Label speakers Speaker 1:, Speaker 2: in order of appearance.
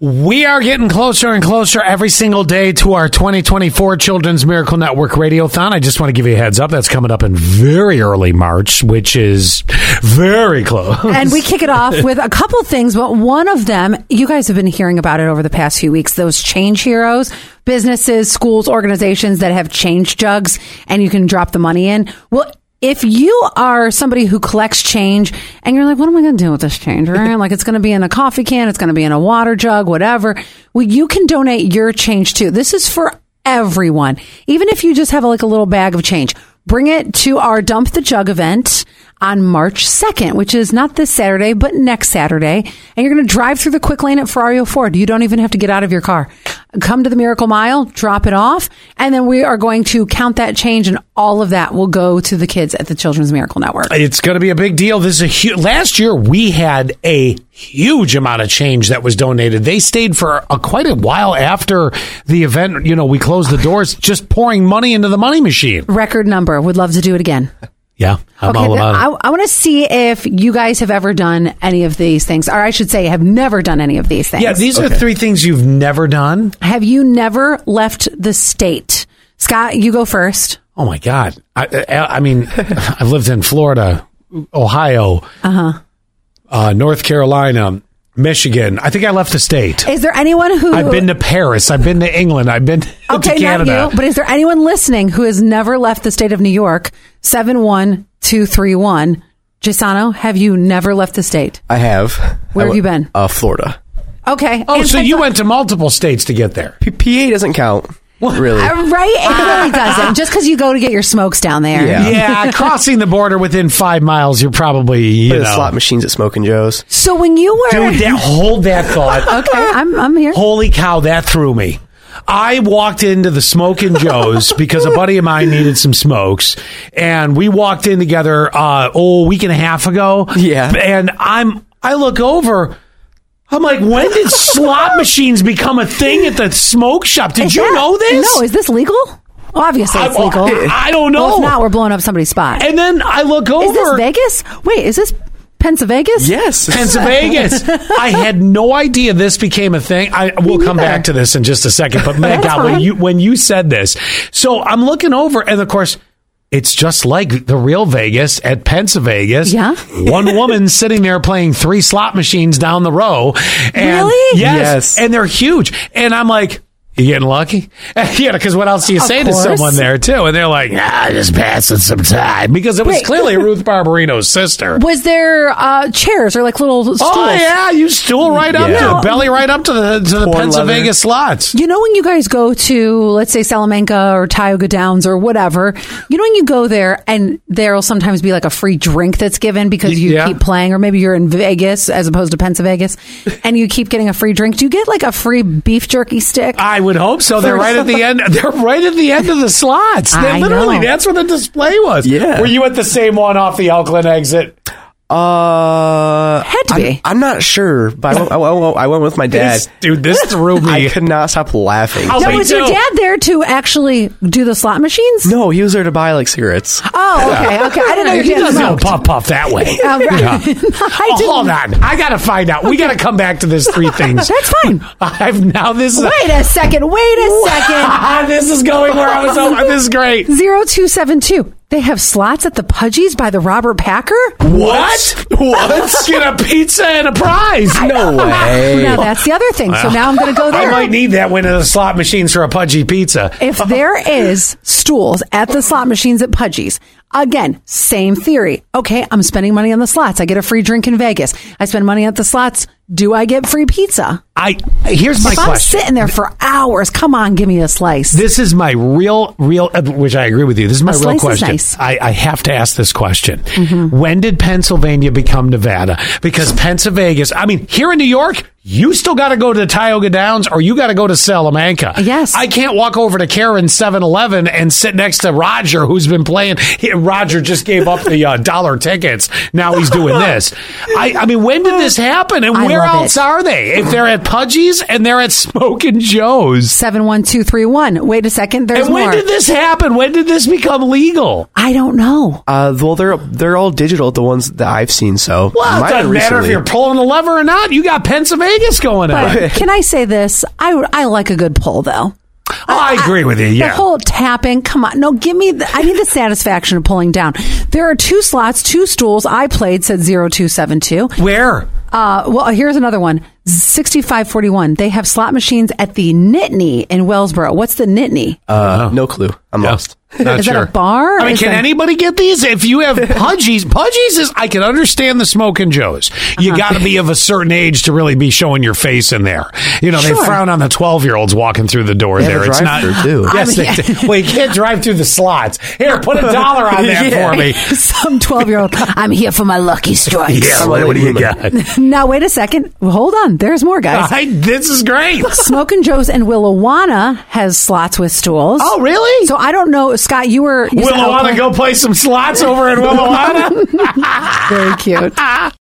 Speaker 1: We are getting closer and closer every single day to our 2024 Children's Miracle Network Radiothon. I just want to give you a heads up. That's coming up in very early March, which is very close.
Speaker 2: And we kick it off with a couple things, but one of them, you guys have been hearing about it over the past few weeks, those change heroes, businesses, schools, organizations that have change jugs and you can drop the money in. Well, if you are somebody who collects change and you're like, what am I going to do with this change? Right? Like, it's going to be in a coffee can, it's going to be in a water jug, whatever. Well, you can donate your change too. This is for everyone. Even if you just have like a little bag of change, bring it to our Dump the Jug event on March 2nd, which is not this Saturday, but next Saturday. And you're going to drive through the quick lane at Ferrario Ford. You don't even have to get out of your car. Come to the Miracle Mile, drop it off, and then we are going to count that change and all of that will go to the kids at the Children's Miracle Network.
Speaker 1: It's going to be a big deal. This is a huge. Last year we had a huge amount of change that was donated. They stayed for a, quite a while after the event. You know, we closed the doors, just pouring money into the money machine.
Speaker 2: Record number. Would love to do it again.
Speaker 1: Yeah, I'm all
Speaker 2: then
Speaker 1: about it.
Speaker 2: I, I want to see if you guys have ever done any of these things, or I should say, have never done any of these things.
Speaker 1: yeah, these are three things you've never done.
Speaker 2: have you never left the state? Scott, you go first.
Speaker 1: Oh my God! I, I, I mean, I've lived in Florida, Ohio, uh-huh. North Carolina, Michigan. I think I left the state.
Speaker 2: Is there anyone who
Speaker 1: I've been to Paris. I've been to England. I've been
Speaker 2: okay,
Speaker 1: to Canada.
Speaker 2: not you, but is there anyone listening who has never left the state of New York? Seven one two three one. Gisano, have you never left the state?
Speaker 3: I have.
Speaker 2: Where
Speaker 3: I
Speaker 2: have you been?
Speaker 3: Uh, Florida.
Speaker 2: Okay.
Speaker 1: Oh,
Speaker 2: And
Speaker 1: so you
Speaker 2: Pennsylvania-
Speaker 1: went to multiple states to get there.
Speaker 3: P- PA doesn't count. Really?
Speaker 2: Uh, right? It really doesn't. Just because you go to get your smokes down there.
Speaker 3: Yeah.
Speaker 1: Yeah, crossing the border within five miles, you're probably you
Speaker 3: the
Speaker 1: know.
Speaker 3: slot machines at Smoking Joe's.
Speaker 2: So when you were
Speaker 1: Dude, that, hold that thought.
Speaker 2: okay, I'm I'm here.
Speaker 1: Holy cow, that threw me. I walked into the Smokin' Joe's because a buddy of mine needed some smokes, and we walked in together. Uh, oh, a week and a half ago.
Speaker 3: Yeah.
Speaker 1: and I'm I look over. I'm like, when did slot machines become a thing at the smoke shop? Did
Speaker 2: Is
Speaker 1: you
Speaker 2: that-
Speaker 1: know this?
Speaker 2: No, is this legal? Obviously, it's
Speaker 1: I-
Speaker 2: legal.
Speaker 1: I don't know.
Speaker 2: Well, if not, we're blowing up somebody's spot.
Speaker 1: And then I look over.
Speaker 2: Is this Vegas? Wait, is this Pennsylvania?
Speaker 3: Yes.
Speaker 1: Pennsylvania. I had no idea this became a thing. I we'll come back to this in just a second. But my
Speaker 2: That's
Speaker 1: God, when
Speaker 2: fine.
Speaker 1: you when you said this, so I'm looking over, and of course. It's just like the real Vegas at Pennsylvania.
Speaker 2: Yeah.
Speaker 1: One woman sitting there playing three slot machines down the row. And
Speaker 2: Really?
Speaker 1: Yes,
Speaker 3: Yes.
Speaker 1: And they're huge. And I'm like, you getting lucky? yeah, because what else do you say
Speaker 2: course.
Speaker 1: to someone there, too? And they're like, ah, just passing some time. Because it was
Speaker 2: Wait.
Speaker 1: clearly Ruth Barberino's sister.
Speaker 2: Was there uh, chairs or like little stools?
Speaker 1: Oh yeah, you stool right up
Speaker 3: Yeah.
Speaker 1: to
Speaker 3: Now-
Speaker 1: the belly, right up to the to the
Speaker 3: Torn
Speaker 1: Pennsylvania
Speaker 3: leather.
Speaker 1: slots.
Speaker 2: You know when you guys go to let's say Salamanca or Tioga Downs or whatever, you know when you go there and there'll sometimes be like a free drink that's given because you
Speaker 1: Yeah.
Speaker 2: keep playing, or maybe you're in Vegas as opposed to Pennsylvania, and you keep getting a free drink. Do you get like a free beef jerky stick?
Speaker 1: I would hope so. They're right at the end. They're right at the end of the slots. They
Speaker 2: I
Speaker 1: literally,
Speaker 2: know.
Speaker 1: that's where the display was.
Speaker 3: Yeah.
Speaker 1: Were you at the same one off the Elkland exit?
Speaker 3: Uh,
Speaker 2: Had to
Speaker 3: I'm,
Speaker 2: be.
Speaker 3: I'm not sure, but I went, I went- I went with my dad.
Speaker 1: This- dude, this threw
Speaker 3: I
Speaker 1: me.
Speaker 3: could not stop laughing.
Speaker 1: I'll-
Speaker 2: No,
Speaker 1: Me
Speaker 2: was your
Speaker 1: too.
Speaker 2: dad there to actually do the slot machines?
Speaker 3: no, he was there to buy like cigarettes.
Speaker 2: Oh, okay, okay. I didn't know your
Speaker 1: he
Speaker 2: dad
Speaker 1: doesn't
Speaker 2: smoked.
Speaker 1: puff puff that way.
Speaker 2: Oh, right.
Speaker 1: Yeah. Oh,
Speaker 2: I didn't.
Speaker 1: Hold on, I gotta find out. We gotta come back to this three things.
Speaker 2: That's fine.
Speaker 1: I've now this is
Speaker 2: Wait a second. Wait a second.
Speaker 1: this is going where I was. Oh, this is great.
Speaker 2: 0272. They have slots at the Pudgies by the Robert Packer?
Speaker 1: What? What? Get a pizza and a prize.
Speaker 3: No way.
Speaker 2: Now that's the other thing. So now I'm going to go
Speaker 1: I
Speaker 2: there.
Speaker 1: might need that when the slot machines for a pudgy pizza.
Speaker 2: if there is stools at the slot machines at Pudgies, again, same theory. Okay, I'm spending money on the slots. I get a free drink in Vegas. I spend money at the slots. Do I get free pizza?
Speaker 1: I here's my
Speaker 2: if I'm
Speaker 1: question.
Speaker 2: sitting there for hours, come on, give me a slice.
Speaker 1: This is my real, real, uh, which I agree with you. This is my
Speaker 2: A
Speaker 1: real
Speaker 2: slice is
Speaker 1: question.
Speaker 2: nice. Mm-hmm.
Speaker 1: I, I have to ask this question. When did Pennsylvania become Nevada? Because Pennsylvania, I mean, here in New York, you still got to go to Tioga Downs or you got to go to Salamanca.
Speaker 2: Yes.
Speaker 1: I can't walk over to Karen 7 Eleven and sit next to Roger, who's been playing. He- Roger just gave up the uh, dollar tickets. Now he's doing this. I, I mean, when did this happen and
Speaker 2: I
Speaker 1: where where
Speaker 2: love
Speaker 1: else
Speaker 2: it.
Speaker 1: are they? If they're at Pudgy's and they're at Smokin' Joe's.
Speaker 2: 71231. Wait a second. There's
Speaker 1: And when
Speaker 2: more.
Speaker 1: did this happen? When did this become legal?
Speaker 2: I don't know.
Speaker 3: Uh, well, they're they're all digital. The ones that I've seen, so
Speaker 1: Well, it
Speaker 3: Mine
Speaker 1: doesn't
Speaker 3: are
Speaker 1: matter if
Speaker 3: recently.
Speaker 1: you're pulling the lever or not. You got Pennsylvania going on.
Speaker 2: But can I say this? I, I like a good poll, though.
Speaker 1: Oh, I agree with you.
Speaker 2: The
Speaker 1: Yeah.
Speaker 2: whole tapping. Come on. No, give me the, I need the satisfaction of pulling down. There are two slots, two stools. I played said 0272.
Speaker 1: Where?
Speaker 2: Uh, well, here's another one. 6541. They have slot machines at the Nittany in Wellsboro. What's the Nittany?
Speaker 3: uh,
Speaker 1: Uh-huh.
Speaker 3: no clue. I'm lost.
Speaker 1: Not
Speaker 2: Is that
Speaker 1: Uh, sure.
Speaker 2: a bar?
Speaker 1: I mean,
Speaker 2: Is
Speaker 1: can
Speaker 2: that-
Speaker 1: anybody get these? If you have Pudgies, Pudgies is, I can understand the Smokin' Joes.
Speaker 2: Uh-huh.
Speaker 1: You got to be of a certain age to really be showing your face in there. You know, they
Speaker 2: Sure.
Speaker 1: frown on the 12 year olds walking through the door
Speaker 3: They have
Speaker 1: there.
Speaker 3: a
Speaker 1: It's not.
Speaker 3: drive-thru, too.
Speaker 1: Yes,
Speaker 2: I mean,
Speaker 1: they do. Well, you can't drive through the slots. Here, put a dollar on that
Speaker 3: Yeah.
Speaker 1: for me.
Speaker 2: Some 12 year old. I'm here for my lucky strikes.
Speaker 1: Yeah, what, what do you got?
Speaker 2: Now, wait a second. Hold on. There's more, guys.
Speaker 1: I, this is great.
Speaker 2: Smokin' Joe's and Willowana has slots with stools.
Speaker 1: Oh, really?
Speaker 2: So I don't know, Scott. You were you said oh,
Speaker 1: Willowana,
Speaker 2: Oakland.
Speaker 1: go play some slots over in Willowana?
Speaker 2: Very cute.